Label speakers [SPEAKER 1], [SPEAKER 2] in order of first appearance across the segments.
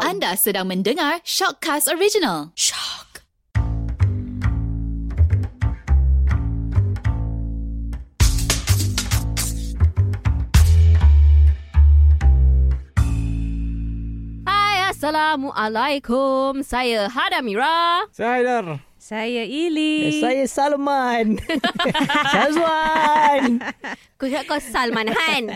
[SPEAKER 1] Anda sedang mendengar Shockcast Original. Shock.
[SPEAKER 2] Hai, Assalamualaikum. Saya Hada Mira.
[SPEAKER 3] Saya Haidar.
[SPEAKER 2] Saya Ili.
[SPEAKER 4] Eh, Saya Salman Syazwan
[SPEAKER 2] Kau ingat kau Salman Han.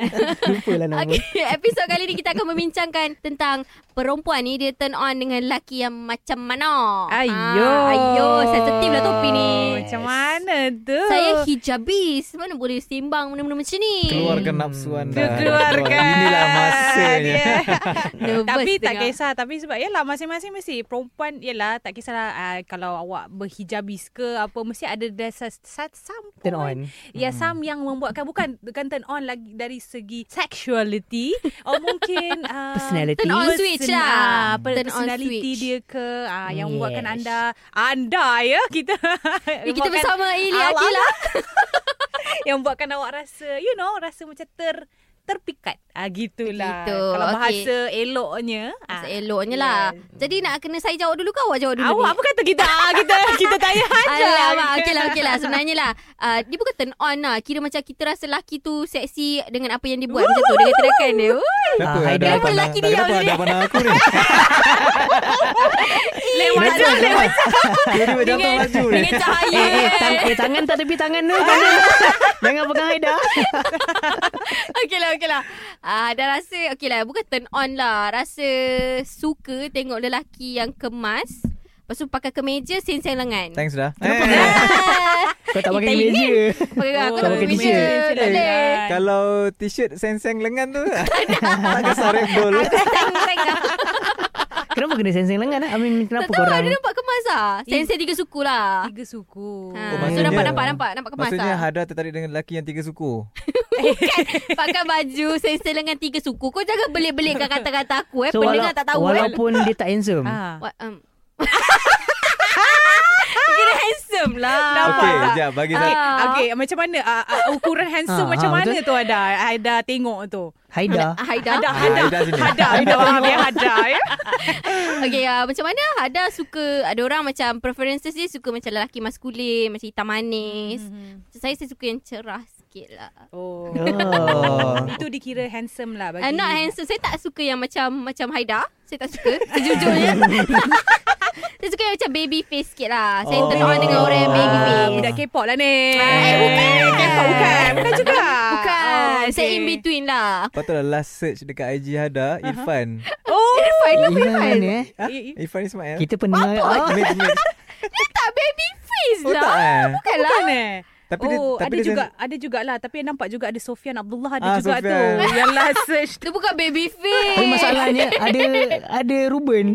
[SPEAKER 4] Lupalah nama okay.
[SPEAKER 2] okay, episod kali ni kita akan membincangkan tentang perempuan ni dia turn on dengan lelaki yang macam mana.
[SPEAKER 5] Ayo.
[SPEAKER 2] Ah, ayo, sensitif lah topi ni.
[SPEAKER 5] Macam mana tu?
[SPEAKER 2] Saya hijabis. Mana boleh sembang benda-benda macam ni.
[SPEAKER 3] Keluarkan nafsu anda.
[SPEAKER 4] Ah,
[SPEAKER 5] Dia keluarkan.
[SPEAKER 3] Inilah masanya.
[SPEAKER 5] Dia.
[SPEAKER 2] Nervous
[SPEAKER 5] tapi tak
[SPEAKER 2] dengar.
[SPEAKER 5] kisah. Tapi sebab yalah masing-masing mesti perempuan yalah tak kisahlah uh, kalau awak berhijabis ke apa mesti ada dasar some point.
[SPEAKER 4] Turn on Hmm.
[SPEAKER 5] Ya some yang membuatkan bukan bukan turn on lagi dari segi sexuality or mungkin uh,
[SPEAKER 4] Personality
[SPEAKER 2] Turn on
[SPEAKER 5] Person-
[SPEAKER 2] switch lah.
[SPEAKER 5] ah, per-
[SPEAKER 2] Turn on
[SPEAKER 5] personality
[SPEAKER 2] switch.
[SPEAKER 5] dia ke ah, yang
[SPEAKER 4] Yes.
[SPEAKER 5] membuatkan anda anda ya kita
[SPEAKER 2] Ni Eh, kita
[SPEAKER 5] membuatkan-
[SPEAKER 2] bersama Ili
[SPEAKER 5] Awak- lah.
[SPEAKER 2] Akila.
[SPEAKER 5] yang buatkan awak rasa you know rasa macam ter terpikat ah gitulah
[SPEAKER 2] Begitu.
[SPEAKER 5] kalau
[SPEAKER 2] Okey.
[SPEAKER 5] bahasa eloknya ah,
[SPEAKER 2] Masa eloknya lah. Jadi nak kena saya jawab dulu ke awak jawab dulu? ni?
[SPEAKER 5] awak apa kata kita ah, kita kita tanya aja
[SPEAKER 2] Alamak, okey lah, okey lah. Sebenarnya lah, uh, dia bukan turn on lah. Kira macam kita rasa lelaki tu seksi dengan apa yang dia buat. macam tu, dia terakan dia.
[SPEAKER 3] Kenapa
[SPEAKER 4] Ah,
[SPEAKER 3] ada
[SPEAKER 4] Haidar
[SPEAKER 3] apa nak,
[SPEAKER 2] lelaki diam
[SPEAKER 3] kenapa
[SPEAKER 2] sini.
[SPEAKER 3] ada apa nak aku ni?
[SPEAKER 5] lewat je lewat je.
[SPEAKER 3] Jadi macam tu
[SPEAKER 2] Dengan,
[SPEAKER 3] laju ni.
[SPEAKER 2] dengan cahaya.
[SPEAKER 4] Eh, eh, tang- eh tangan tak tepi tangan tu Jangan Jangan pegang Haida
[SPEAKER 2] Okey lah, okey lah. Uh, dah rasa, okey lah. Bukan turn on lah. Rasa suka tengok lelaki yang kemas. Lepas tu pakai kemeja, sensang lengan.
[SPEAKER 3] Thanks dah. Eh,
[SPEAKER 2] Ah,
[SPEAKER 4] Kau tak pakai
[SPEAKER 2] Eh, tak
[SPEAKER 4] meja
[SPEAKER 2] Pakai aku
[SPEAKER 4] Oh,
[SPEAKER 2] tak pakai
[SPEAKER 4] pakai
[SPEAKER 2] kemeja.
[SPEAKER 4] kemeja.
[SPEAKER 2] Tak boleh.
[SPEAKER 3] Kalau t-shirt senseng lengan tu tak kesah repdol.
[SPEAKER 2] Sensang lah.
[SPEAKER 4] Kenapa kena sensing lengan ah? I mean,
[SPEAKER 2] Tak
[SPEAKER 4] kenapa
[SPEAKER 2] tahu lah,
[SPEAKER 4] korang
[SPEAKER 2] dia nampak kemas lah. Sensang tiga suku lah.
[SPEAKER 5] tiga suku
[SPEAKER 2] Ha, so
[SPEAKER 3] maksudnya-
[SPEAKER 2] nampak nampak nampak nampak kemas
[SPEAKER 3] Maksudnya
[SPEAKER 2] lah.
[SPEAKER 3] Hada tertarik dengan lelaki yang tiga suku.
[SPEAKER 2] Pakai baju sensor lengan tiga suku. Kau jangan belik-belikkan kata-kata aku eh.
[SPEAKER 4] So
[SPEAKER 2] Pendengar
[SPEAKER 4] wala-
[SPEAKER 2] tak tahu eh.
[SPEAKER 4] Walaupun dia tak handsome
[SPEAKER 5] Ah.
[SPEAKER 2] What, um. Kira handsome lah.
[SPEAKER 5] Nampak
[SPEAKER 3] Okey,
[SPEAKER 5] tak?
[SPEAKER 3] jap bagi saya.
[SPEAKER 2] Ah.
[SPEAKER 5] Okay, macam mana ah, ah, ukuran handsome
[SPEAKER 4] Ah,
[SPEAKER 5] macam
[SPEAKER 4] ah,
[SPEAKER 5] mana tu ada? Ada tengok tu.
[SPEAKER 4] Haida
[SPEAKER 2] Haida.
[SPEAKER 5] Ada,
[SPEAKER 3] Ah,
[SPEAKER 5] ada,
[SPEAKER 3] Haida sini.
[SPEAKER 5] ada, ada, ada, ada, ya.
[SPEAKER 2] Okay, uh, macam mana Hada suka, ada orang macam preferences dia suka macam lelaki maskulin, macam hitam manis. Macam saya, saya suka yang cerah sikit lah.
[SPEAKER 5] Oh,
[SPEAKER 4] Oh.
[SPEAKER 5] itu dikira handsome lah bagi.
[SPEAKER 2] Uh, not handsome. Saya tak suka yang macam macam Haida. Saya tak suka. Sejujurnya. saya suka yang macam baby face sikit lah. Saya oh.
[SPEAKER 3] Oh,
[SPEAKER 2] turn on dengan orang yang baby
[SPEAKER 5] Ah,
[SPEAKER 2] face.
[SPEAKER 5] budak K-pop lah ni.
[SPEAKER 2] Eh, bukan.
[SPEAKER 5] K-pop bukan. Bukan juga.
[SPEAKER 2] Bukan.
[SPEAKER 5] Oh,
[SPEAKER 2] Oh, Saya in between lah.
[SPEAKER 3] Patutlah last search dekat IG Hada, Irfan.
[SPEAKER 5] Oh.
[SPEAKER 2] Irfan lah Irfan.
[SPEAKER 4] Iman eh
[SPEAKER 3] Ha?
[SPEAKER 5] I- i-
[SPEAKER 3] Irfan Ismail.
[SPEAKER 4] Kita pernah oh,
[SPEAKER 3] Mix, mix.
[SPEAKER 2] Dia tak baby face
[SPEAKER 3] Oh,
[SPEAKER 2] lah.
[SPEAKER 3] tak, eh?
[SPEAKER 2] Bukan lah.
[SPEAKER 5] Bukan eh.
[SPEAKER 3] Tapi
[SPEAKER 5] oh,
[SPEAKER 3] dia
[SPEAKER 5] ada
[SPEAKER 3] tapi dia
[SPEAKER 5] juga
[SPEAKER 3] sens-
[SPEAKER 5] ada jugalah tapi nampak juga ada Sofian Abdullah ada
[SPEAKER 3] Ah,
[SPEAKER 5] juga tu.
[SPEAKER 3] Sofian.
[SPEAKER 5] Yang last search
[SPEAKER 2] Dia bukan baby face.
[SPEAKER 4] Tapi masalahnya ada ada Ruben.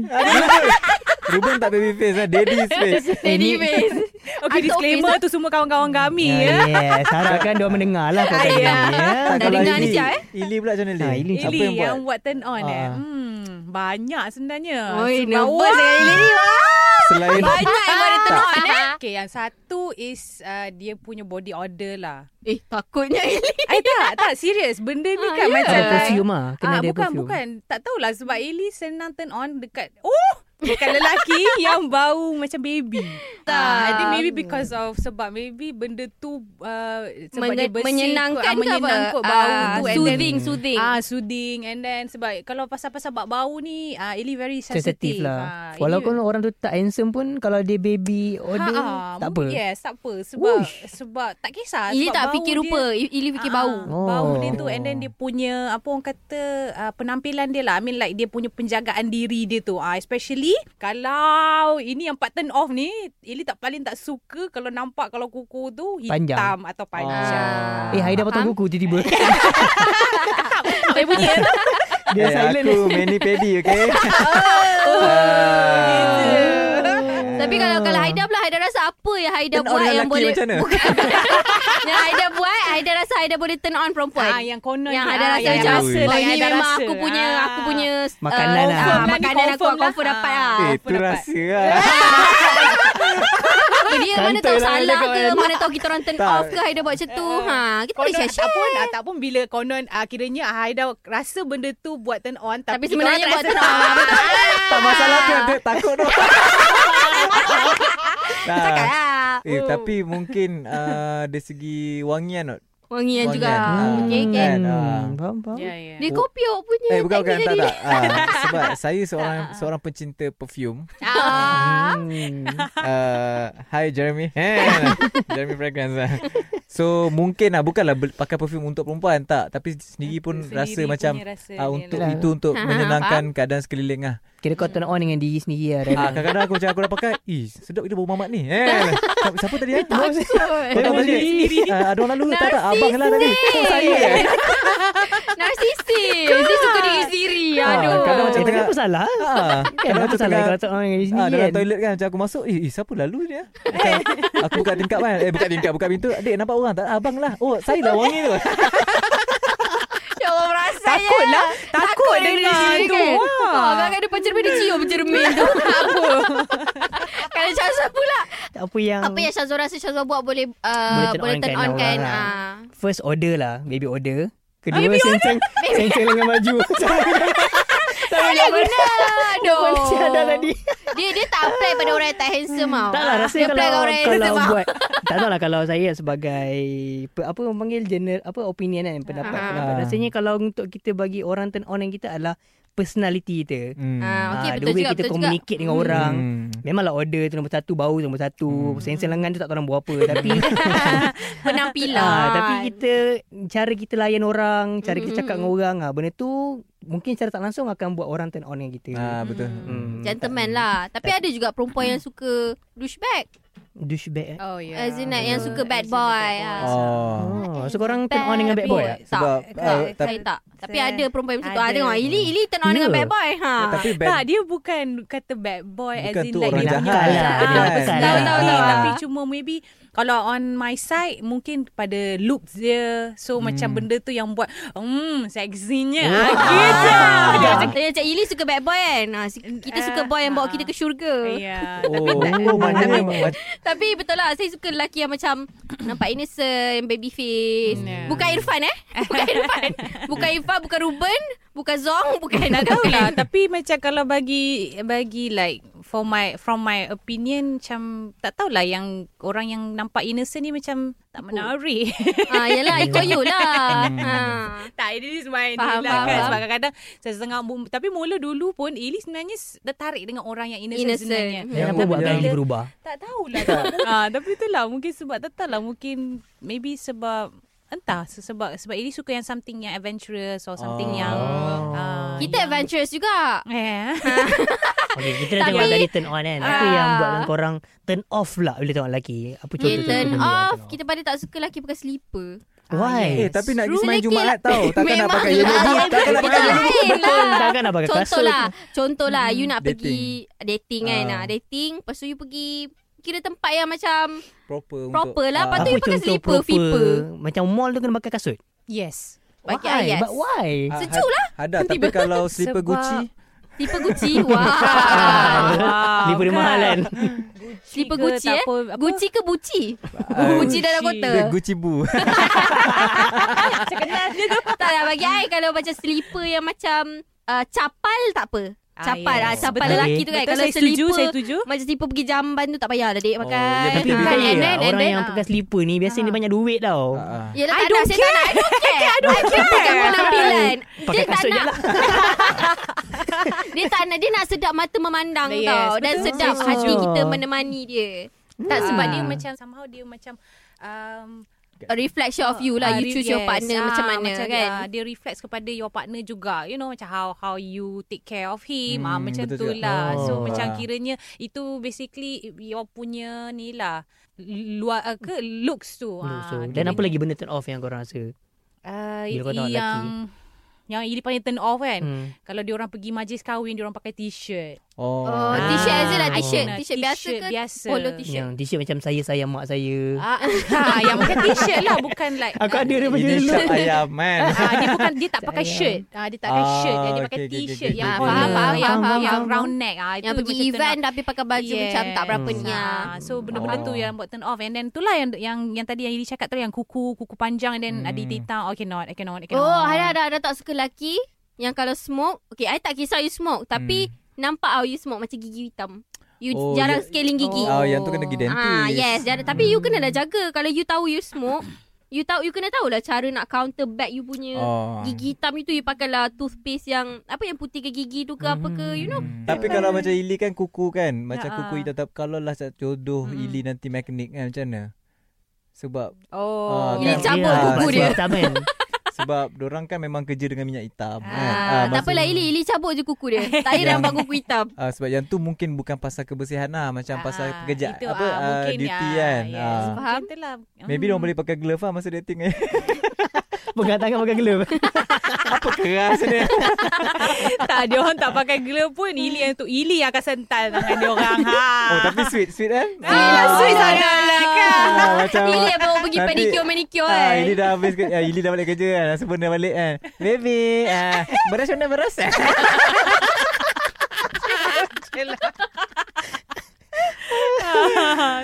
[SPEAKER 3] Ruben tak baby face lah, daddy face.
[SPEAKER 4] Eh,
[SPEAKER 2] Baby face.
[SPEAKER 5] Okay,
[SPEAKER 2] Atuk
[SPEAKER 5] disclaimer
[SPEAKER 2] Fiza-
[SPEAKER 5] tu semua kawan-kawan kami ya.
[SPEAKER 4] Ah, Yes, harapkan dia mendengar lah kata
[SPEAKER 5] Ah, ya.
[SPEAKER 4] ni. ya.
[SPEAKER 3] Tak,
[SPEAKER 2] Dah
[SPEAKER 3] kalau
[SPEAKER 2] dengar ni,
[SPEAKER 3] Ili.
[SPEAKER 2] Jia, eh?
[SPEAKER 3] Ili pula macam mana?
[SPEAKER 4] Ah, Ili.
[SPEAKER 3] Siapa
[SPEAKER 5] Ili
[SPEAKER 3] yang buat?
[SPEAKER 5] yang buat turn on eh.
[SPEAKER 3] Ah.
[SPEAKER 5] Hmm, banyak sebenarnya.
[SPEAKER 2] Oi,
[SPEAKER 5] Sebab-
[SPEAKER 2] nervous dengan Ili ni. Wah.
[SPEAKER 3] Selain
[SPEAKER 2] Banyak yang ada turn on eh.
[SPEAKER 5] Okay, yang satu is uh, dia punya body odor lah.
[SPEAKER 2] Eh, takutnya Ili.
[SPEAKER 5] Eh tak, tak serius. Benda ni
[SPEAKER 2] Ah,
[SPEAKER 5] kan
[SPEAKER 2] ya.
[SPEAKER 5] macam
[SPEAKER 4] Ada
[SPEAKER 2] Eh.
[SPEAKER 4] perfume ah. Kena
[SPEAKER 5] Ah,
[SPEAKER 4] ada
[SPEAKER 5] bukan,
[SPEAKER 4] perfume.
[SPEAKER 5] bukan. Tak tahulah sebab Eli senang turn on dekat... Oh! Dekat lelaki yang bau macam baby.
[SPEAKER 2] Tak.
[SPEAKER 5] Ah, I think
[SPEAKER 2] ya.
[SPEAKER 5] maybe because of sebab maybe benda tu uh, sebab dia
[SPEAKER 2] Menge-
[SPEAKER 5] bersih
[SPEAKER 2] menyenangkan
[SPEAKER 5] kot, ah,
[SPEAKER 2] ke apa?
[SPEAKER 5] menyenang kot bau
[SPEAKER 2] Ah,
[SPEAKER 5] tu. and then-
[SPEAKER 2] Soothing,
[SPEAKER 3] Hmm.
[SPEAKER 2] soothing.
[SPEAKER 5] Ah, soothing. And then sebab kalau pasal-pasal bab bau ni, ah, Eli very
[SPEAKER 4] sensitif
[SPEAKER 5] sensitive.
[SPEAKER 4] lah.
[SPEAKER 5] Ah,
[SPEAKER 4] Walaupun
[SPEAKER 5] Eli-
[SPEAKER 4] orang tu tak handsome pun kalau dia baby order
[SPEAKER 5] ah,
[SPEAKER 4] tak apa.
[SPEAKER 5] mungkin Yes, tak apa. Sebab
[SPEAKER 4] Uish.
[SPEAKER 5] sebab tak kisah.
[SPEAKER 2] Ili
[SPEAKER 5] sebab
[SPEAKER 2] tak
[SPEAKER 5] bau
[SPEAKER 2] fikir
[SPEAKER 5] dia-
[SPEAKER 2] rupa. Ili fikir
[SPEAKER 5] Ah,
[SPEAKER 2] bau.
[SPEAKER 4] Oh.
[SPEAKER 5] Bau dia tu and then dia punya apa orang kata uh, penampilan dia lah. I mean like dia punya penjagaan diri dia tu. Ah uh, especially kalau ini yang part turn off ni, Ili tak paling tak suka kalau nampak kalau kuku tu hitam
[SPEAKER 4] Panjang.
[SPEAKER 5] atau
[SPEAKER 3] Ah.
[SPEAKER 5] panjang.
[SPEAKER 4] Eh Haida
[SPEAKER 2] Faham?
[SPEAKER 4] potong kuku tiba-tiba.
[SPEAKER 5] Tak bunyi eh?
[SPEAKER 4] dia
[SPEAKER 3] eh,
[SPEAKER 4] silent.
[SPEAKER 3] Aku mani pedi, okay?
[SPEAKER 2] Tapi kalau kalau Haida pula Haida rasa apa yang Haida
[SPEAKER 3] Turn on
[SPEAKER 2] buat
[SPEAKER 3] dengan
[SPEAKER 2] yang
[SPEAKER 3] lelaki
[SPEAKER 2] boleh
[SPEAKER 3] macam mana? Eh,
[SPEAKER 2] bukan yang Haida buat Haida rasa Haida boleh turn on perempuan.
[SPEAKER 5] Ah, yang konon
[SPEAKER 2] yang
[SPEAKER 5] ni.
[SPEAKER 2] ada
[SPEAKER 5] Ah,
[SPEAKER 2] rasa
[SPEAKER 5] yang
[SPEAKER 2] macam
[SPEAKER 3] rasa
[SPEAKER 2] oh,
[SPEAKER 5] lah, yang
[SPEAKER 2] ini
[SPEAKER 5] ada
[SPEAKER 2] memang
[SPEAKER 5] rasa.
[SPEAKER 2] aku punya
[SPEAKER 5] Ah.
[SPEAKER 2] aku punya uh,
[SPEAKER 4] Makanan lah.
[SPEAKER 2] ah,
[SPEAKER 5] Confirm lah ni,
[SPEAKER 2] makanan aku
[SPEAKER 5] confirm
[SPEAKER 2] aku
[SPEAKER 5] lah.
[SPEAKER 2] confirm dapat
[SPEAKER 5] Ah.
[SPEAKER 2] lah.
[SPEAKER 3] Eh,
[SPEAKER 5] Apa
[SPEAKER 3] tu
[SPEAKER 5] dapat?
[SPEAKER 3] rasa lah.
[SPEAKER 2] Apa dia mana
[SPEAKER 3] Kantor
[SPEAKER 2] tahu
[SPEAKER 3] lah
[SPEAKER 2] salah
[SPEAKER 3] dia
[SPEAKER 2] ke
[SPEAKER 3] kawan.
[SPEAKER 2] Mana tahu kita orang turn
[SPEAKER 3] Tak.
[SPEAKER 2] off ke Haida buat macam tu
[SPEAKER 5] Eh,
[SPEAKER 2] ha, Kita boleh
[SPEAKER 5] Konon
[SPEAKER 2] share-share
[SPEAKER 5] tak pun, ah, tak pun bila konon ah, kiranya Haida rasa benda tu buat turn on
[SPEAKER 2] Tapi
[SPEAKER 5] tapi, kita
[SPEAKER 2] sebenarnya
[SPEAKER 5] orang
[SPEAKER 2] buat
[SPEAKER 5] tak
[SPEAKER 2] turn
[SPEAKER 5] rasa.
[SPEAKER 2] off
[SPEAKER 3] Tak masalah ke dia takut tu. Nah.
[SPEAKER 2] Cakap
[SPEAKER 5] Ah.
[SPEAKER 2] lah
[SPEAKER 3] Eh,
[SPEAKER 2] Oh.
[SPEAKER 3] tapi mungkin uh, dari segi wangian kot.
[SPEAKER 2] Wangian juga
[SPEAKER 3] Wangian.
[SPEAKER 4] Hmm.
[SPEAKER 2] Okay okay
[SPEAKER 3] Kan, ah.
[SPEAKER 4] Faham, faham.
[SPEAKER 5] Ya, ya.
[SPEAKER 2] Dia kopiok punya
[SPEAKER 3] Eh, bukan, bukan.
[SPEAKER 2] teknik
[SPEAKER 3] Tak,
[SPEAKER 2] tadi.
[SPEAKER 3] tak. Ah, sebab saya seorang seorang pencinta perfume.
[SPEAKER 2] Ah.
[SPEAKER 3] Hmm. Uh, hi Jeremy. Hey, Jeremy Fragrance. lah. So mungkin lah bukanlah bel- pakai perfume untuk perempuan tak, tapi sendiri pun
[SPEAKER 5] Sendiri
[SPEAKER 3] rasa
[SPEAKER 5] punya
[SPEAKER 3] macam
[SPEAKER 5] rasa
[SPEAKER 3] ah,
[SPEAKER 5] ni
[SPEAKER 3] untuk
[SPEAKER 5] lah.
[SPEAKER 4] lah.
[SPEAKER 3] itu untuk
[SPEAKER 2] Ha, ha,
[SPEAKER 3] menyenangkan keadaan sekeliling lah.
[SPEAKER 4] Kira kau turn on dengan diri sendiri lah.
[SPEAKER 3] Ah,
[SPEAKER 4] Rana.
[SPEAKER 3] kadang-kadang aku macam aku dah pakai, ih sedap kita bau mamat ni. Eh. Siapa, siapa tadi? Eh? Bos. Kau tak
[SPEAKER 4] Takut
[SPEAKER 3] balik.
[SPEAKER 4] sendiri.
[SPEAKER 3] Ah, ada orang lalu tak tak abang lah tadi. Oh, saya.
[SPEAKER 2] Narsisis Dia suka diri sendiri
[SPEAKER 3] Ah,
[SPEAKER 2] Aduh
[SPEAKER 3] kadang
[SPEAKER 4] Eh,
[SPEAKER 3] macam
[SPEAKER 4] tapi
[SPEAKER 3] tengah-
[SPEAKER 4] apa salah?
[SPEAKER 3] Ah,
[SPEAKER 4] Kan
[SPEAKER 3] kadang
[SPEAKER 4] apa
[SPEAKER 3] macam
[SPEAKER 4] salah
[SPEAKER 3] tengah-
[SPEAKER 4] kalau turn on dengan diri
[SPEAKER 3] Ah,
[SPEAKER 4] sendiri
[SPEAKER 3] dalam
[SPEAKER 4] kan?
[SPEAKER 3] toilet kan Macam aku masuk Eh, eh siapa lalu ni ah? Macam, Aku buka tingkap kan Eh buka tingkap Buka pintu Adik nampak orang tak Abang lah Oh saya lah wangi tu
[SPEAKER 2] Ya Allah merasa
[SPEAKER 5] Takut lah. Takut dengar
[SPEAKER 2] Wah,
[SPEAKER 5] tu. Wah.
[SPEAKER 2] kan? Ah, kadang-kadang pencermin dia cium pencermin tu. Apa? Kalau Syazwa pula.
[SPEAKER 3] Hmm.
[SPEAKER 4] Apa yang
[SPEAKER 2] Apa yang Syazwa rasa Syazwa buat boleh uh,
[SPEAKER 4] Boleh turn
[SPEAKER 2] boleh
[SPEAKER 4] on
[SPEAKER 2] turn
[SPEAKER 4] kan
[SPEAKER 2] on kan?
[SPEAKER 4] orang.
[SPEAKER 2] Ah.
[SPEAKER 4] First order lah Baby order Kedua senseng Senseng lengan baju
[SPEAKER 2] Tak boleh guna lah. Aduh.
[SPEAKER 4] Mana si Hada tadi
[SPEAKER 2] Dia dia tak apply pada orang yang tak handsome tau.
[SPEAKER 4] Tak lah rasa
[SPEAKER 2] Dia apply
[SPEAKER 4] kalau
[SPEAKER 2] kat orang yang
[SPEAKER 4] Kalau
[SPEAKER 2] handsome
[SPEAKER 4] buat Tak tahu lah kalau saya sebagai pe- Apa orang panggil general Apa opinion kan Pendapat,
[SPEAKER 2] Ah.
[SPEAKER 4] pendapat. Rasanya kalau untuk kita bagi orang turn on yang kita Adalah personality kita
[SPEAKER 3] hmm.
[SPEAKER 2] Ah, okay,
[SPEAKER 4] Ah,
[SPEAKER 2] betul
[SPEAKER 4] The way
[SPEAKER 2] juga,
[SPEAKER 4] kita
[SPEAKER 2] betul
[SPEAKER 4] communicate
[SPEAKER 2] juga.
[SPEAKER 4] dengan orang
[SPEAKER 3] Hmm.
[SPEAKER 4] Memanglah order tu nombor satu Bau tu nombor satu
[SPEAKER 3] Hmm.
[SPEAKER 4] Sensor lengan tu tak tahu nombor apa Tapi
[SPEAKER 2] Penampilan.
[SPEAKER 4] Ah, tapi kita cara kita layan orang, cara kita cakap dengan
[SPEAKER 2] Mm-hmm.
[SPEAKER 4] orang, ah benda tu mungkin secara tak langsung akan buat orang turn on dengan kita.
[SPEAKER 3] Ah, betul
[SPEAKER 4] Hmm,
[SPEAKER 2] Gentleman lah Tapi ada juga perempuan yang suka Douchebag
[SPEAKER 4] Douchebag. eh.
[SPEAKER 5] Oh, ya.
[SPEAKER 2] As in like yang
[SPEAKER 5] Betul.
[SPEAKER 2] suka bad
[SPEAKER 5] As in
[SPEAKER 2] boy,
[SPEAKER 5] bad
[SPEAKER 2] ah.
[SPEAKER 3] Oh
[SPEAKER 4] Oh, so korang turn on dengan bad boy? ah?
[SPEAKER 2] Tak
[SPEAKER 3] Sebab,
[SPEAKER 2] tak,
[SPEAKER 3] ah,
[SPEAKER 2] Saya
[SPEAKER 3] tapi-
[SPEAKER 2] tak Tapi ada perempuan yang macam tu
[SPEAKER 5] Ada.
[SPEAKER 2] ah, Tengok Ili Ili turn on
[SPEAKER 4] Ya.
[SPEAKER 2] dengan bad boy ha.
[SPEAKER 3] Tapi bad
[SPEAKER 5] Tak, dia bukan kata bad boy
[SPEAKER 3] Bukan
[SPEAKER 5] as in
[SPEAKER 3] tu
[SPEAKER 5] like
[SPEAKER 3] orang
[SPEAKER 5] dia
[SPEAKER 3] jahat
[SPEAKER 5] punya
[SPEAKER 4] lah.
[SPEAKER 5] Ah,
[SPEAKER 4] Dia
[SPEAKER 5] betul. Tahu,
[SPEAKER 4] bukan. Ah.
[SPEAKER 5] tahu, tahu.
[SPEAKER 2] Ah.
[SPEAKER 5] Tapi cuma maybe kalau on my side mungkin pada looks dia. So
[SPEAKER 3] Hmm.
[SPEAKER 5] macam benda tu yang buat hmm seksinya.
[SPEAKER 4] Oh.
[SPEAKER 5] Ah, gitu.
[SPEAKER 2] Ah,
[SPEAKER 5] Dia macam-
[SPEAKER 2] Macam macam Ili suka bad boy kan Ah, si- Kita
[SPEAKER 5] Eh,
[SPEAKER 2] suka boy yang bawa
[SPEAKER 5] ah.
[SPEAKER 2] kita ke syurga
[SPEAKER 5] Ya.
[SPEAKER 3] Oh, oh maknanya mac-
[SPEAKER 2] Tapi betul lah Saya suka lelaki yang macam Nampak innocent Baby face
[SPEAKER 5] Hmm.
[SPEAKER 2] Bukan Irfan eh Bukan Irfan Bukan Irfan Bukan Ruben Bukan Zong Bukan
[SPEAKER 5] Tak tahulah Tapi macam kalau bagi Bagi like For my From my opinion Macam Tak tahulah yang Orang yang nampak innocent ni Macam Tak
[SPEAKER 3] Oh.
[SPEAKER 5] menarik
[SPEAKER 2] ah, Yalah ikut you lah ah.
[SPEAKER 5] Tak ini is my
[SPEAKER 2] Faham,
[SPEAKER 5] Faham lah
[SPEAKER 2] faham.
[SPEAKER 5] kan Sebab kadang-kadang Saya setengah mu- Tapi mula dulu pun Ili sebenarnya s- Tertarik dengan orang yang innocent,
[SPEAKER 2] Innocent.
[SPEAKER 5] innocent. sebenarnya
[SPEAKER 2] Hmm.
[SPEAKER 4] Yang apa
[SPEAKER 3] Yang-
[SPEAKER 4] buat kau
[SPEAKER 3] yang-
[SPEAKER 4] jadi berubah?
[SPEAKER 5] Tak tahulah tak. ah, Tapi itulah Mungkin sebab Tak tahulah Mungkin Maybe sebab Entah se- sebab sebab Ili suka yang something yang adventurous or something
[SPEAKER 3] Oh.
[SPEAKER 5] yang ah,
[SPEAKER 2] Kita
[SPEAKER 5] yang-
[SPEAKER 2] adventurous juga
[SPEAKER 5] eh.
[SPEAKER 4] Okey, kita dah
[SPEAKER 2] Tapi-
[SPEAKER 4] tengok dari turn on kan. Apa
[SPEAKER 2] Ah.
[SPEAKER 4] yang buat korang turn off pula bila tengok lelaki? Apa contoh
[SPEAKER 2] Okay,
[SPEAKER 4] tu?
[SPEAKER 2] turn off Kita Ah, pada tak suka lelaki pakai slipper
[SPEAKER 3] Eh
[SPEAKER 4] Why?
[SPEAKER 3] tapi nak pergi
[SPEAKER 2] True.
[SPEAKER 3] semain
[SPEAKER 2] Lelaki
[SPEAKER 3] Jumaat
[SPEAKER 2] lah.
[SPEAKER 3] tau Takkan nak pakai
[SPEAKER 2] Memang
[SPEAKER 3] yellow
[SPEAKER 2] lah.
[SPEAKER 3] boot Takkan nak pakai
[SPEAKER 2] Kita
[SPEAKER 3] yellow boot
[SPEAKER 2] lain lah.
[SPEAKER 4] Takkan nak pakai
[SPEAKER 2] Contoh
[SPEAKER 4] kasut.
[SPEAKER 2] lah Contoh lah You nak
[SPEAKER 3] Dating.
[SPEAKER 2] pergi Dating kan
[SPEAKER 3] Ah.
[SPEAKER 2] ah, Dating Lepas tu you pergi Kira tempat yang macam
[SPEAKER 3] Proper untuk Ah.
[SPEAKER 2] Proper lah Lepas tu
[SPEAKER 4] Apa
[SPEAKER 2] you pakai
[SPEAKER 4] contoh
[SPEAKER 2] slipper
[SPEAKER 4] proper?
[SPEAKER 2] Fipa
[SPEAKER 4] Macam mall tu kena pakai kasut.
[SPEAKER 5] Yes.
[SPEAKER 2] Pakai
[SPEAKER 4] Why?
[SPEAKER 2] ayat
[SPEAKER 4] But why?
[SPEAKER 3] Ah,
[SPEAKER 2] Sejuk lah.
[SPEAKER 3] had- Ada tapi
[SPEAKER 2] Tiba-
[SPEAKER 3] kalau slipper
[SPEAKER 5] Sebab-
[SPEAKER 3] Gucci
[SPEAKER 2] Eh. Tipe Gucci Wah
[SPEAKER 5] Ah,
[SPEAKER 4] Lipur Ah. dia mahal kan?
[SPEAKER 2] Slipper
[SPEAKER 5] ke
[SPEAKER 2] Gucci
[SPEAKER 5] tak
[SPEAKER 2] eh
[SPEAKER 5] apa, apa?
[SPEAKER 2] Gucci ke Buci
[SPEAKER 3] ah,
[SPEAKER 2] Gucci dalam
[SPEAKER 5] Gucci.
[SPEAKER 2] kota
[SPEAKER 3] The Gucci
[SPEAKER 2] Oh.
[SPEAKER 3] Boo
[SPEAKER 2] Tak nak bagi I Kalau macam slipper yang macam ah, Capal tak apa
[SPEAKER 5] Ah,
[SPEAKER 2] Capal
[SPEAKER 5] yes.
[SPEAKER 2] ah, Capal
[SPEAKER 4] Betul.
[SPEAKER 2] lelaki tu kan
[SPEAKER 5] Betul,
[SPEAKER 2] Kalau
[SPEAKER 5] saya setuju,
[SPEAKER 2] slipper
[SPEAKER 5] saya setuju.
[SPEAKER 2] Macam slipper pergi jamban tu Tak payah lah dek
[SPEAKER 3] Oh,
[SPEAKER 2] pakai
[SPEAKER 3] ya,
[SPEAKER 4] Tapi
[SPEAKER 3] Ah.
[SPEAKER 4] bila
[SPEAKER 2] Kan,
[SPEAKER 4] dia,
[SPEAKER 2] and then, and
[SPEAKER 4] orang
[SPEAKER 2] then,
[SPEAKER 4] yang
[SPEAKER 2] ah.
[SPEAKER 4] pakai slipper ni biasanya dia banyak duit tau.
[SPEAKER 3] Ah, ah.
[SPEAKER 2] Yelah
[SPEAKER 5] I
[SPEAKER 2] tak nak
[SPEAKER 5] don't
[SPEAKER 2] Saya tak nak I don't care I don't care Bukan penampilan
[SPEAKER 4] Pakai
[SPEAKER 2] Dia tak
[SPEAKER 4] kasut je
[SPEAKER 2] nak Dia tak nak Dia nak sedap mata memandang
[SPEAKER 5] Yes,
[SPEAKER 2] tau Dan
[SPEAKER 5] betul.
[SPEAKER 2] sedap
[SPEAKER 4] Saya
[SPEAKER 2] hati
[SPEAKER 4] setuju.
[SPEAKER 2] kita menemani dia
[SPEAKER 5] Tak sebab
[SPEAKER 4] Ah.
[SPEAKER 5] dia macam somehow dia macam um,
[SPEAKER 2] A reflection of you lah
[SPEAKER 5] ah,
[SPEAKER 2] You
[SPEAKER 5] re-
[SPEAKER 2] choose your partner
[SPEAKER 5] ah,
[SPEAKER 2] Macam mana kan
[SPEAKER 5] ah, Dia reflects kepada your partner juga You know macam how how you take care of
[SPEAKER 3] Hmm,
[SPEAKER 5] him ah, Macam
[SPEAKER 3] betul
[SPEAKER 5] tu
[SPEAKER 3] juga.
[SPEAKER 5] lah So
[SPEAKER 4] Oh.
[SPEAKER 5] macam
[SPEAKER 3] Ah.
[SPEAKER 5] kiranya Itu basically your punya ni lah Luar ah, ke looks tu
[SPEAKER 4] Dulu, so,
[SPEAKER 5] Ah,
[SPEAKER 4] Dan apa
[SPEAKER 5] kiranya-
[SPEAKER 4] lagi benda turn off yang korang rasa?
[SPEAKER 5] Ah,
[SPEAKER 4] Bila kau
[SPEAKER 5] Yang
[SPEAKER 4] tengok lelaki?
[SPEAKER 5] yang Ili panggil turn off kan
[SPEAKER 4] Hmm.
[SPEAKER 5] Kalau dia orang pergi majlis kahwin dia orang pakai t-shirt
[SPEAKER 3] Oh.
[SPEAKER 2] Oh,
[SPEAKER 5] Ah,
[SPEAKER 2] t-shirt Azil lah t-shirt.
[SPEAKER 5] ah,
[SPEAKER 2] T-shirt biasa ke?
[SPEAKER 5] Biasa.
[SPEAKER 2] Polo t-shirt.
[SPEAKER 4] Yang t-shirt macam saya saya mak saya.
[SPEAKER 5] Ah, ah, yang pakai t-shirt lah bukan like
[SPEAKER 4] Aku ada dia punya
[SPEAKER 3] Ini
[SPEAKER 4] dulu.
[SPEAKER 3] shop ayam kan.
[SPEAKER 5] Ah, dia bukan dia tak pakai
[SPEAKER 4] Sayang.
[SPEAKER 5] shirt. Ah, dia tak pakai
[SPEAKER 3] Ah,
[SPEAKER 5] shirt. Dia, dia pakai
[SPEAKER 3] okay, okay,
[SPEAKER 5] t-shirt
[SPEAKER 3] okay,
[SPEAKER 5] Ya, yang
[SPEAKER 2] okay,
[SPEAKER 5] collar,
[SPEAKER 2] faham, faham,
[SPEAKER 5] yang,
[SPEAKER 2] faham,
[SPEAKER 5] yang
[SPEAKER 2] faham.
[SPEAKER 5] round neck. Ah, itu
[SPEAKER 2] Yang pergi
[SPEAKER 5] macam turn
[SPEAKER 2] event
[SPEAKER 5] off.
[SPEAKER 2] tapi pakai baju
[SPEAKER 5] Yes.
[SPEAKER 2] macam tak berapa
[SPEAKER 4] Hmm.
[SPEAKER 2] ni. ah.
[SPEAKER 5] Ah, so benda-benda tu
[SPEAKER 3] Oh.
[SPEAKER 5] yang buat turn off and then itulah yang yang yang tadi yang Ili cakap tu yang kuku kuku panjang and then
[SPEAKER 3] Hmm.
[SPEAKER 5] ada tita okay not I cannot I cannot
[SPEAKER 2] Oh, ada ada ada tak suka lelaki yang kalau smoke, okay, I tak kisah you smoke tapi nampak how you smoke macam gigi hitam. You
[SPEAKER 3] Hmm. Oh,
[SPEAKER 2] jarang
[SPEAKER 3] ya-
[SPEAKER 2] scaling gigi.
[SPEAKER 3] Oh, yang tu kena pergi dentist.
[SPEAKER 2] Ah, yes, jarang. Tapi you kena lah jaga kalau you tahu you smoke, you tahu you kena tahulah cara nak counter back you punya
[SPEAKER 3] Oh.
[SPEAKER 2] gigi hitam itu you pakailah toothpaste yang apa yang putih ke gigi tu ke apa ke, you know.
[SPEAKER 3] Hmm. Tapi kalau macam Ili kan kuku kan Macam
[SPEAKER 5] Ya,
[SPEAKER 3] kuku
[SPEAKER 5] ah.
[SPEAKER 3] hitam tapi Kalau lah jodoh
[SPEAKER 2] Hmm.
[SPEAKER 5] Mm-mm.
[SPEAKER 3] Ili nanti mekanik kan macam mana Sebab
[SPEAKER 5] Oh.
[SPEAKER 3] Ili
[SPEAKER 4] Dia-
[SPEAKER 2] cabut
[SPEAKER 4] ah,
[SPEAKER 2] kuku dia.
[SPEAKER 4] sebab hitam kan.
[SPEAKER 3] Sebab dorang kan memang kerja dengan minyak hitam kan
[SPEAKER 2] Ah, tak
[SPEAKER 3] maksud-
[SPEAKER 2] apalah Ili, Ili cabut je kuku dia. Tak payah
[SPEAKER 3] Yang-
[SPEAKER 2] nampak kuku hitam.
[SPEAKER 3] Ah, sebab yang tu mungkin bukan pasal kebersihan lah Macam
[SPEAKER 5] Ah,
[SPEAKER 3] pasal pekerja
[SPEAKER 5] itu,
[SPEAKER 3] apa
[SPEAKER 5] ah,
[SPEAKER 3] ah,
[SPEAKER 5] mungkin,
[SPEAKER 3] duty
[SPEAKER 5] ah,
[SPEAKER 3] kan
[SPEAKER 5] yes.
[SPEAKER 3] Ah.
[SPEAKER 2] Faham?
[SPEAKER 5] Mungkin itulah.
[SPEAKER 3] Maybe
[SPEAKER 5] Hmm.
[SPEAKER 3] dorang boleh pakai glove lah masa dating eh.
[SPEAKER 4] Pegang tangan pakai glove.
[SPEAKER 3] Apa keras ni
[SPEAKER 5] tak Ah, dia orang tak pakai glove pun Ili yang tu Ili yang akan sental tangan dia orang ha
[SPEAKER 3] Oh tapi sweet sweet kan
[SPEAKER 5] Ah, sweet sangat lah kan.
[SPEAKER 3] Ah, Macam
[SPEAKER 2] Ili yang baru pergi
[SPEAKER 3] Nanti-
[SPEAKER 2] pedicure manicure
[SPEAKER 3] Ah,
[SPEAKER 5] eh.
[SPEAKER 2] kan.
[SPEAKER 3] Ili dah habis ke, ah, Ili dah balik kerja kan Rasa benda balik kan Baby ah, Beras mana beras eh?
[SPEAKER 2] Ah,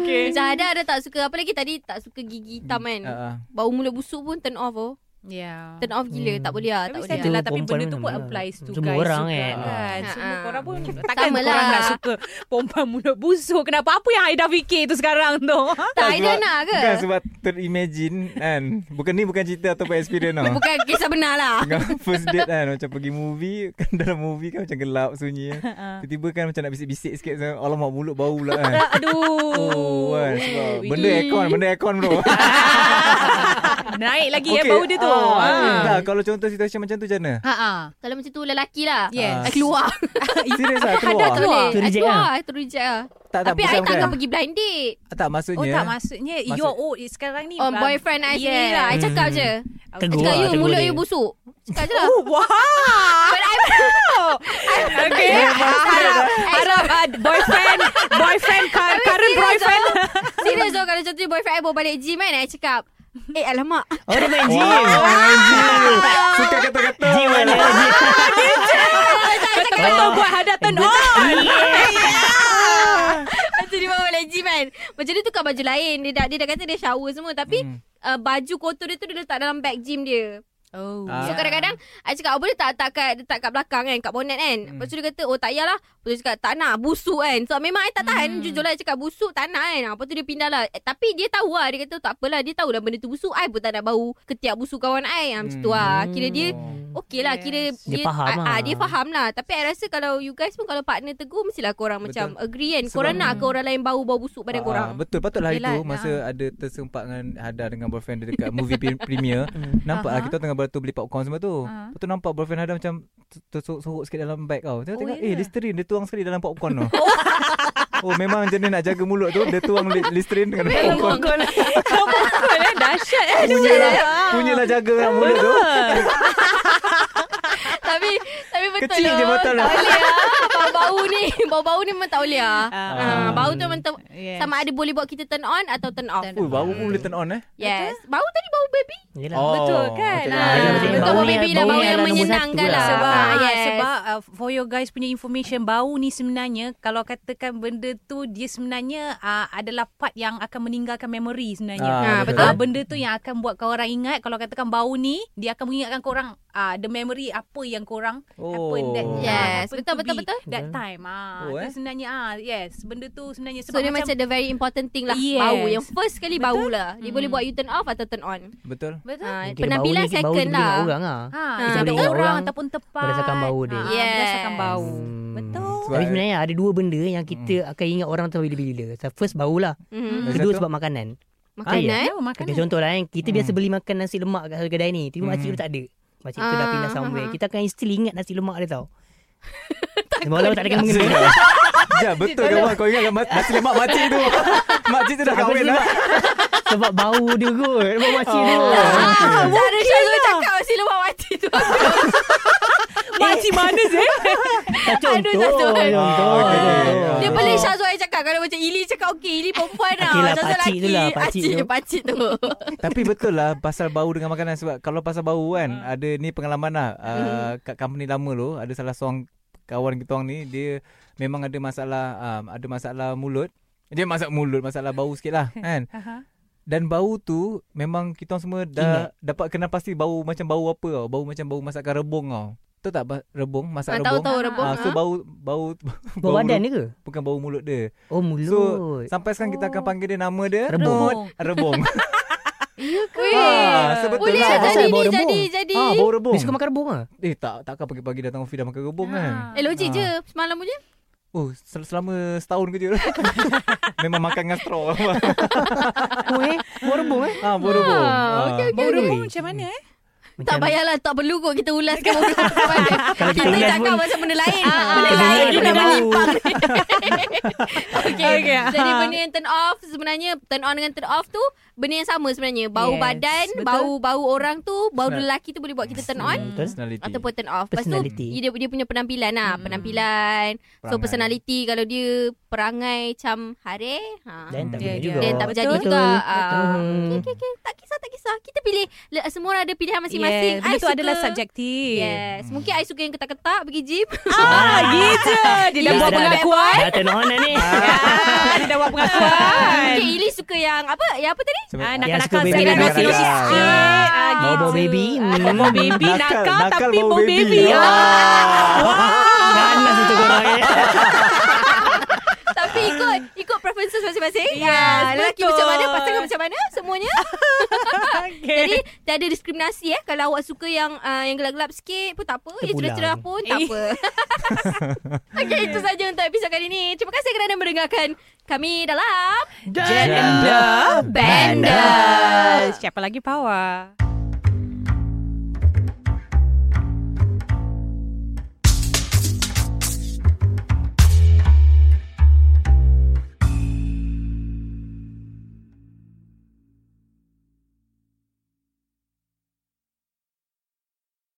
[SPEAKER 2] Macam ada ada tak suka apa lagi tadi tak suka gigi hitam kan.
[SPEAKER 3] Ah, ah.
[SPEAKER 2] Bau mulut busuk pun turn off oh.
[SPEAKER 5] Yeah.
[SPEAKER 2] Turn off gila
[SPEAKER 4] Hmm.
[SPEAKER 2] tak boleh lah, tak
[SPEAKER 5] Tapi
[SPEAKER 2] boleh.
[SPEAKER 5] saya
[SPEAKER 4] Itu
[SPEAKER 5] lah Tapi
[SPEAKER 4] perempuan
[SPEAKER 5] benda tu
[SPEAKER 4] memang
[SPEAKER 5] pun
[SPEAKER 4] lah.
[SPEAKER 5] applies to
[SPEAKER 4] Semua
[SPEAKER 5] guys
[SPEAKER 4] orang
[SPEAKER 5] juga
[SPEAKER 4] kan.
[SPEAKER 5] kan.
[SPEAKER 2] Ah.
[SPEAKER 5] Semua
[SPEAKER 2] Ah.
[SPEAKER 5] korang pun Takkan
[SPEAKER 2] Sama
[SPEAKER 5] korang
[SPEAKER 2] lah.
[SPEAKER 5] nak suka Perempuan mulut busuk Kenapa apa yang Aida fikir tu sekarang tu
[SPEAKER 2] Tak Aida
[SPEAKER 3] sebab-
[SPEAKER 2] nak ke?
[SPEAKER 3] Bukan sebab terimagine kan Bukan ni bukan cerita ataupun experience tau
[SPEAKER 2] Bukan kisah benar lah.
[SPEAKER 3] Tengah first date kan Macam pergi movie kan Dalam movie kan macam gelap sunyi kan. Tiba-tiba kan macam nak bisik-bisik sikit so, Alamak mulut bau pula kan
[SPEAKER 5] Aduh
[SPEAKER 3] Oh kan sebab Benda aircon Benda aircon bro
[SPEAKER 5] Naik lagi okay. eh bau dia tu
[SPEAKER 3] ah,
[SPEAKER 5] ah.
[SPEAKER 3] Tak kalau contoh situasi macam tu macam mana
[SPEAKER 5] Ha ah.
[SPEAKER 2] Kalau macam tu lelaki lah.
[SPEAKER 5] Yes.
[SPEAKER 2] I keluar.
[SPEAKER 3] Serius lah
[SPEAKER 2] Ada
[SPEAKER 3] keluar
[SPEAKER 2] tak boleh.
[SPEAKER 4] Tu
[SPEAKER 2] I
[SPEAKER 4] reject
[SPEAKER 2] keluar.
[SPEAKER 4] lah.
[SPEAKER 2] I terreject lah.
[SPEAKER 3] Tak tak
[SPEAKER 2] Tapi I
[SPEAKER 3] bukan lah.
[SPEAKER 2] tak
[SPEAKER 3] bukan
[SPEAKER 2] akan pergi blind date.
[SPEAKER 3] Tak maksudnya
[SPEAKER 5] Oh tak maksudnya
[SPEAKER 3] eh. Maksud-
[SPEAKER 5] Your old Sekarang ni
[SPEAKER 2] On
[SPEAKER 5] ah,
[SPEAKER 2] Oh, boyfriend I sendiri lah. I
[SPEAKER 4] Hmm.
[SPEAKER 2] cakap je.
[SPEAKER 5] Okay.
[SPEAKER 4] Tegur
[SPEAKER 2] Cakap
[SPEAKER 4] lah,
[SPEAKER 2] you
[SPEAKER 4] tegur
[SPEAKER 2] mulut
[SPEAKER 4] dia.
[SPEAKER 2] you busuk. Cakap je lah.
[SPEAKER 5] Oh wow
[SPEAKER 2] But I
[SPEAKER 5] Okay Harap
[SPEAKER 3] eh.
[SPEAKER 5] Harap ah, boyfriend Boyfriend
[SPEAKER 2] I
[SPEAKER 5] cur-
[SPEAKER 2] mean,
[SPEAKER 5] Current
[SPEAKER 2] serious
[SPEAKER 5] boyfriend
[SPEAKER 2] tau. Serius tau kalau contohnya boyfriend I bawa balik gym kan. I cakap. Eh alamak.
[SPEAKER 4] Oh dia main
[SPEAKER 3] Wow,
[SPEAKER 4] gym.
[SPEAKER 3] anjing. Suka kata-kata Hmm.
[SPEAKER 4] Gym lah mana? Gym.
[SPEAKER 2] ah.
[SPEAKER 3] Ah.
[SPEAKER 5] Kata buat Hada turn on
[SPEAKER 2] Lepas tu dia bawa balik gym kan Macam dia tukar baju lain Dia dah, dia dah kata dia shower semua Tapi
[SPEAKER 3] Hmm.
[SPEAKER 2] hmm. uh, Baju kotor dia tu Dia letak dalam bag gym dia
[SPEAKER 5] Oh
[SPEAKER 3] Ah.
[SPEAKER 2] So kadang-kadang I cakap Apa dia tak letak kat, letak kat belakang kan Kat bonet kan
[SPEAKER 3] Hmm.
[SPEAKER 2] Lepas tu dia kata Oh tak payahlah Lepas tu dia cakap tak nak Busuk kan So memang I tak
[SPEAKER 3] Hmm.
[SPEAKER 2] tahan Jujur lah I cakap busuk Tak nak kan Lepas tu dia pindah lah eh, Tapi dia tahu lah Dia kata tak apalah Dia tahu lah benda tu busuk I pun tak nak bau Ketiak busuk kawan I ha, Macam tu lah Kira dia
[SPEAKER 4] Hmm,
[SPEAKER 2] Okay lah kira
[SPEAKER 4] Dia faham
[SPEAKER 2] ah,
[SPEAKER 4] lah.
[SPEAKER 2] ah, Dia faham lah Tapi I rasa kalau you guys pun Kalau partner tegur Mestilah korang
[SPEAKER 3] Betul.
[SPEAKER 2] macam Agree kan
[SPEAKER 3] Sebab-
[SPEAKER 2] Korang nak ke orang lain Bau-bau busuk badan
[SPEAKER 3] Ah,
[SPEAKER 2] korang
[SPEAKER 3] Betul patutlah
[SPEAKER 5] Yelah,
[SPEAKER 3] itu Masa ada tersempat dengan Hada dengan boyfriend dia Dekat movie pre- premiere Nampak lah
[SPEAKER 5] Hmm. Aha.
[SPEAKER 3] kita tengah beratur beli popcorn semua tu
[SPEAKER 5] Ah.
[SPEAKER 3] Lepas tu nampak boyfriend Hada macam ter- Tersorok sikit dalam bag tau Tengok
[SPEAKER 5] Oh,
[SPEAKER 3] tengok Eh
[SPEAKER 5] yelah.
[SPEAKER 3] Listerine dia tuang sekali dalam popcorn tu Oh memang macam dia nak jaga mulut tu Dia tuang li- Listerine dengan popcorn
[SPEAKER 5] Kau Dahsyat eh
[SPEAKER 3] Punya lah Punya lah jaga dengan mulut tu
[SPEAKER 2] Tapi Tapi betul
[SPEAKER 3] Kecil
[SPEAKER 2] lah.
[SPEAKER 3] je botol
[SPEAKER 2] Tak
[SPEAKER 3] lah.
[SPEAKER 2] boleh lah Bau-bau ni Bau-bau ni memang tak boleh lah Ah,
[SPEAKER 5] Ah.
[SPEAKER 2] Bau tu memang ter-
[SPEAKER 5] Yes.
[SPEAKER 2] Sama ada boleh buat kita turn on Atau turn off
[SPEAKER 3] Ui baru pun boleh turn on eh
[SPEAKER 2] Yes Bau tadi bau baby
[SPEAKER 4] Yelah.
[SPEAKER 3] Oh.
[SPEAKER 5] Betul
[SPEAKER 3] okay.
[SPEAKER 5] kan? Ah,
[SPEAKER 2] Ah,
[SPEAKER 4] betul, betul.
[SPEAKER 2] Betul bau
[SPEAKER 4] Bau ni-
[SPEAKER 2] baby lah
[SPEAKER 4] bau
[SPEAKER 2] Bau
[SPEAKER 4] ni
[SPEAKER 2] yang
[SPEAKER 4] adalah nombor
[SPEAKER 2] menyenangkan
[SPEAKER 4] satu
[SPEAKER 2] lah
[SPEAKER 4] lah.
[SPEAKER 5] Sebab
[SPEAKER 2] Ah,
[SPEAKER 5] ah,
[SPEAKER 2] yes.
[SPEAKER 5] sebab uh, for your guys punya information bau ni sebenarnya kalau katakan benda tu dia sebenarnya uh, adalah part yang akan meninggalkan memory sebenarnya.
[SPEAKER 2] Ah,
[SPEAKER 3] Ah,
[SPEAKER 2] betul.
[SPEAKER 3] betul.
[SPEAKER 5] Ah, benda tu yang akan buat kau orang ingat kalau katakan bau ni dia akan mengingatkan kau orang uh, the memory apa yang kau orang happen that
[SPEAKER 3] Oh.
[SPEAKER 2] Yes,
[SPEAKER 5] happen
[SPEAKER 2] betul,
[SPEAKER 5] to
[SPEAKER 2] betul,
[SPEAKER 5] be
[SPEAKER 2] betul.
[SPEAKER 5] that time. Ah,
[SPEAKER 3] Oh,
[SPEAKER 5] oh,
[SPEAKER 3] eh.
[SPEAKER 5] sebenarnya ah yes, benda tu sebenarnya
[SPEAKER 2] So
[SPEAKER 5] sebab
[SPEAKER 2] dia
[SPEAKER 5] macam
[SPEAKER 2] macam the very important thing lah
[SPEAKER 5] Yes.
[SPEAKER 2] Bau Yang first sekali bau lah Dia
[SPEAKER 5] Hmm.
[SPEAKER 2] boleh buat you turn off Atau turn on
[SPEAKER 3] Betul
[SPEAKER 5] betul.
[SPEAKER 2] Ah,
[SPEAKER 4] Mungkin
[SPEAKER 2] Penampilan
[SPEAKER 4] bau ni- bau
[SPEAKER 2] second
[SPEAKER 4] ni
[SPEAKER 2] lah
[SPEAKER 4] ingat orang ah.
[SPEAKER 5] Ha,
[SPEAKER 2] kita
[SPEAKER 5] kita
[SPEAKER 2] boleh
[SPEAKER 5] orang,
[SPEAKER 4] ingat
[SPEAKER 5] orang
[SPEAKER 4] orang
[SPEAKER 5] ataupun tempat
[SPEAKER 4] berdasarkan bau dia. Hmm.
[SPEAKER 5] Ah,
[SPEAKER 2] Yes.
[SPEAKER 5] Berdasarkan bau. Betul.
[SPEAKER 4] Tapi
[SPEAKER 3] Sebab- Hmm.
[SPEAKER 4] sebenarnya ada dua benda yang kita akan ingat orang tu bila-bila. So, First bau lah.
[SPEAKER 2] Mhm.
[SPEAKER 3] Lagi
[SPEAKER 4] Kedua
[SPEAKER 3] satu?
[SPEAKER 4] sebab makanan. ya.
[SPEAKER 2] Makanan eh?
[SPEAKER 5] Oh, makanan.
[SPEAKER 4] Okey contoh lah kan Kita biasa beli makan nasi lemak kat kedai ni Tapi
[SPEAKER 3] Hmm.
[SPEAKER 4] makcik tu tak ada Makcik tu dah
[SPEAKER 2] Ah,
[SPEAKER 4] pindah somewhere
[SPEAKER 2] ha, ha.
[SPEAKER 4] Kita akan still ingat nasi lemak dia tau Walau tak ada kena mengena
[SPEAKER 3] Ya betul kawan Kau ingat kan ma- nasi lemak makcik tu Makcik tu dah
[SPEAKER 4] Apa
[SPEAKER 3] kahwin
[SPEAKER 4] sebab-
[SPEAKER 3] lah
[SPEAKER 4] Sebab bau dia kot Sebab makcik tu
[SPEAKER 2] Ah, Cara
[SPEAKER 4] lah. Ah.
[SPEAKER 2] Syazwan cakap Sila buat mati tu
[SPEAKER 5] Makcik mana je?
[SPEAKER 4] Eh. contoh.
[SPEAKER 2] Aduh, satu.
[SPEAKER 3] Ah,
[SPEAKER 4] Contoh.
[SPEAKER 3] okay, okay, okay.
[SPEAKER 2] Dia
[SPEAKER 3] Oh.
[SPEAKER 2] pelik Syazwan cakap Kalau macam Ili cakap Okey Ili perempuan lah
[SPEAKER 4] Okey lah,
[SPEAKER 2] Syazwan
[SPEAKER 4] pakcik tu
[SPEAKER 2] lelaki.
[SPEAKER 4] lah, pakcik tu.
[SPEAKER 2] Pakcik tu Ah,
[SPEAKER 3] Tapi betul lah pasal bau dengan makanan sebab kalau pasal bau kan
[SPEAKER 2] Hmm.
[SPEAKER 3] ada ni pengalaman lah uh, kat company lama tu ada salah seorang kawan kita orang ni dia memang ada masalah um, ada masalah mulut. Dia masak mulut masalah bau sikit lah kan.
[SPEAKER 5] Aha.
[SPEAKER 3] Dan bau tu memang kita orang semua dah dapat kenal pasti bau macam bau apa tau. Bau macam bau masakan rebung tau. Tahu tak ba- rebung masak
[SPEAKER 2] Ah, Tahu
[SPEAKER 3] rebung?
[SPEAKER 2] tahu
[SPEAKER 5] Ah,
[SPEAKER 2] rebung
[SPEAKER 3] Ah, so
[SPEAKER 2] ah.
[SPEAKER 3] bau bau
[SPEAKER 4] Bau badan dia ke?
[SPEAKER 3] bukan bau mulut dia.
[SPEAKER 4] Oh mulut. So,
[SPEAKER 3] Sampai sekarang kita
[SPEAKER 2] Oh.
[SPEAKER 3] akan panggil dia nama dia
[SPEAKER 4] Rebung.
[SPEAKER 3] Mut Rebung.
[SPEAKER 2] Weh.
[SPEAKER 3] Ah, sebetul
[SPEAKER 2] Boleh lah
[SPEAKER 3] lah.
[SPEAKER 2] jadi
[SPEAKER 4] Pasal
[SPEAKER 2] ni
[SPEAKER 4] bau rebung.
[SPEAKER 2] Jadi Jadi
[SPEAKER 3] Ah, bau rebung.
[SPEAKER 4] dia suka makan rebung ah.
[SPEAKER 3] Eh tak takkan pagi-pagi datang office dah makan
[SPEAKER 5] Ha.
[SPEAKER 3] rebung kan.
[SPEAKER 2] Eh logik
[SPEAKER 3] Ah.
[SPEAKER 2] je Semalam punya
[SPEAKER 3] Oh sel- selama setahun kerja. Memang makan dengan straw.
[SPEAKER 4] Oh eh, bau rebung eh.
[SPEAKER 3] ah bau rebung.
[SPEAKER 2] Ah,
[SPEAKER 3] Ah.
[SPEAKER 2] okay, okay.
[SPEAKER 5] Baru
[SPEAKER 4] Boleh.
[SPEAKER 5] pun macam mana eh?
[SPEAKER 2] Tak payahlah Tak perlu kot Kita ulaskan bau rebung macam mana.
[SPEAKER 4] Kalau kita
[SPEAKER 2] Kita
[SPEAKER 4] ulas
[SPEAKER 2] cakap
[SPEAKER 4] pun- Ah,
[SPEAKER 2] pasal benda lain Benda lain
[SPEAKER 4] Benda lain
[SPEAKER 2] tu
[SPEAKER 4] tak
[SPEAKER 2] dah
[SPEAKER 4] boleh
[SPEAKER 2] melimpang Okay,
[SPEAKER 5] Okay.
[SPEAKER 2] Jadi benda yang turn off Sebenarnya Turn on dengan turn off tu Benda yang sama sebenarnya Bau
[SPEAKER 5] Yes,
[SPEAKER 2] badan
[SPEAKER 5] betul.
[SPEAKER 2] Bau-bau orang tu Bau
[SPEAKER 3] Senang.
[SPEAKER 2] lelaki tu boleh buat
[SPEAKER 4] Hmm,
[SPEAKER 2] kita turn on
[SPEAKER 4] Betul.
[SPEAKER 3] Personality.
[SPEAKER 2] Ataupun turn off Lepas tu
[SPEAKER 4] Personality.
[SPEAKER 2] dia, dia punya penampilan lah hmm. Penampilan So
[SPEAKER 3] Perangai.
[SPEAKER 2] personality Kalau dia perangai Macam Hare ha.
[SPEAKER 4] Dan tak
[SPEAKER 5] Dia-
[SPEAKER 4] boleh
[SPEAKER 5] dia-
[SPEAKER 4] juga.
[SPEAKER 2] Dan tak berjadi
[SPEAKER 5] Betul.
[SPEAKER 2] juga Ah.
[SPEAKER 4] Hmm.
[SPEAKER 2] Okay, okay, okay. Tak kisah, tak kisah Kita pilih Le- Semua orang ada pilihan masing-masing
[SPEAKER 5] Yes,
[SPEAKER 2] I
[SPEAKER 5] benda tu
[SPEAKER 2] suka-
[SPEAKER 5] adalah subjektif.
[SPEAKER 2] Yes Mungkin I suka yang ketak-ketak Pergi gym
[SPEAKER 5] Ah, gitu. Dia dah
[SPEAKER 2] Yes,
[SPEAKER 5] buat
[SPEAKER 2] dah-
[SPEAKER 5] pengakuan.
[SPEAKER 4] Dah turn on dah ni.
[SPEAKER 5] Ah, Dia dah buat pengakuan.
[SPEAKER 2] Okay, Ili suka yang Apa? Yang apa tadi?
[SPEAKER 3] Sebab-
[SPEAKER 5] Ah,
[SPEAKER 4] Yang
[SPEAKER 5] nakal-nakal
[SPEAKER 4] suka
[SPEAKER 5] sikit
[SPEAKER 4] baby,
[SPEAKER 5] lah
[SPEAKER 3] nakal-nakal.
[SPEAKER 5] Nasi sikit ah,
[SPEAKER 4] Bau bau
[SPEAKER 5] gitu.
[SPEAKER 4] baby.
[SPEAKER 5] Ah, Bau baby
[SPEAKER 3] Nakal,
[SPEAKER 5] Nakal,
[SPEAKER 3] nakal
[SPEAKER 5] Tapi
[SPEAKER 3] bau
[SPEAKER 5] bau
[SPEAKER 3] baby.
[SPEAKER 5] baby
[SPEAKER 3] Ah.
[SPEAKER 4] Ganas itu korang eh.
[SPEAKER 2] Tapi ikut Ikut preferences masing-masing
[SPEAKER 5] Ya,
[SPEAKER 2] Ah, Lelaki
[SPEAKER 5] betul.
[SPEAKER 2] macam mana Pasangan macam mana Semuanya Jadi Tak ada diskriminasi eh Kalau awak suka yang ah, Yang gelap-gelap sikit Pun tak apa Yang
[SPEAKER 4] Terpulang.
[SPEAKER 2] cerah-cerah pun Tak
[SPEAKER 5] Eh.
[SPEAKER 2] apa Okay itu saja Untuk episod kali ini Terima kasih kerana mendengarkan Kami dalam
[SPEAKER 4] Dan
[SPEAKER 3] Janda
[SPEAKER 2] Bender
[SPEAKER 5] Siapa lagi power